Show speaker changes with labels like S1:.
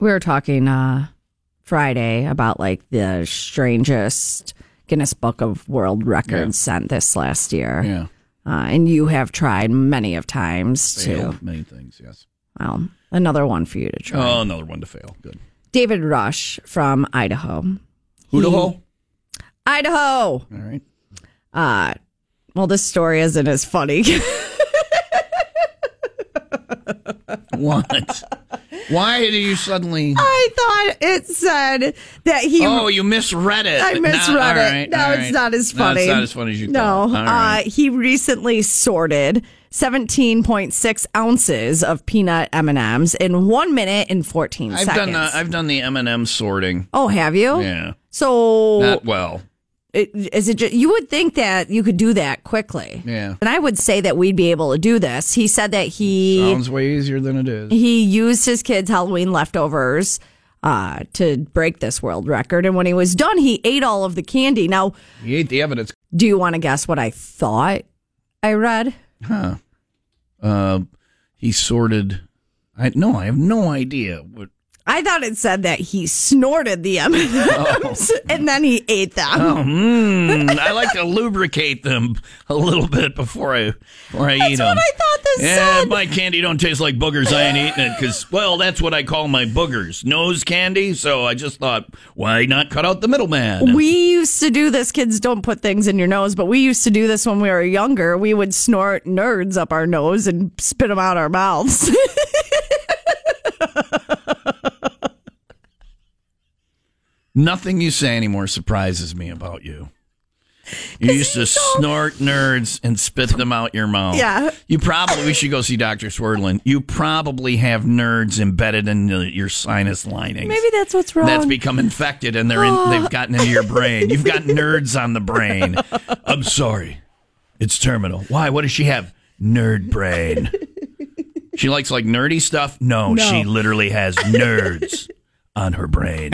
S1: we were talking uh, Friday about like the strangest Guinness Book of World Records sent this last year.
S2: Yeah.
S1: Uh, and you have tried many of times
S2: Failed
S1: too.
S2: many things, yes.
S1: Well, another one for you to try.
S2: Oh, another one to fail. Good.
S1: David Rush from Idaho.
S2: Who to
S1: He-
S2: hole?
S1: Idaho.
S2: All right.
S1: Uh, well, this story isn't as funny.
S2: What? Why do you suddenly?
S1: I thought it said that he.
S2: Oh, you misread it.
S1: I
S2: No,
S1: misread
S2: all
S1: it.
S2: right,
S1: no,
S2: all
S1: it's
S2: right.
S1: not as
S2: No,
S1: funny.
S2: it's not as funny as you
S1: No,
S2: thought. All right.
S1: uh, he recently sorted 17.6 ounces of peanut M and M's in one minute and 14
S2: I've
S1: seconds.
S2: done the I've done the M and M sorting.
S1: oh, have you?
S2: Yeah,
S1: So
S2: not well.
S1: it, is it? Just, you would think that you could do that quickly.
S2: Yeah.
S1: And I would say that we'd be able to do this. He said that he
S2: Sounds way easier than it is.
S1: he used his kids' Halloween leftovers uh, to break this world record. And when he was done, he ate all of the candy. Now,
S2: You ate the evidence.
S1: do you want to guess what I thought I read?
S2: Uh, he sorted. I no, I have no idea. What,
S1: I thought it said that he snorted the M&Ms and then he ate them.
S2: oh, mm, I like to lubricate them a little bit before I before I eat
S1: That's
S2: them.
S1: what I thought this
S2: yeah,
S1: said.
S2: my candy don't taste like boogers. I ain't eating it because well, that's what I call my boogers, nose candy. So I just thought, why not cut out the middleman?
S1: We used to do this. Kids don't put things in your nose, but we used to do this when we were younger. We would snort nerds up our nose and spit them out our mouths.
S2: Nothing you say anymore surprises me about you. You used to snort nerds and spit them out your mouth.
S1: Yeah.
S2: You probably we should go see Dr. Swerdlin. You probably have nerds embedded in the- your sinus linings.
S1: Maybe that's what's wrong.
S2: That's become infected and they're in, they've gotten into your brain. You've got nerds on the brain. I'm sorry. It's terminal. Why? What does she have? Nerd brain. She likes like nerdy stuff? no. she literally has nerds on her brain.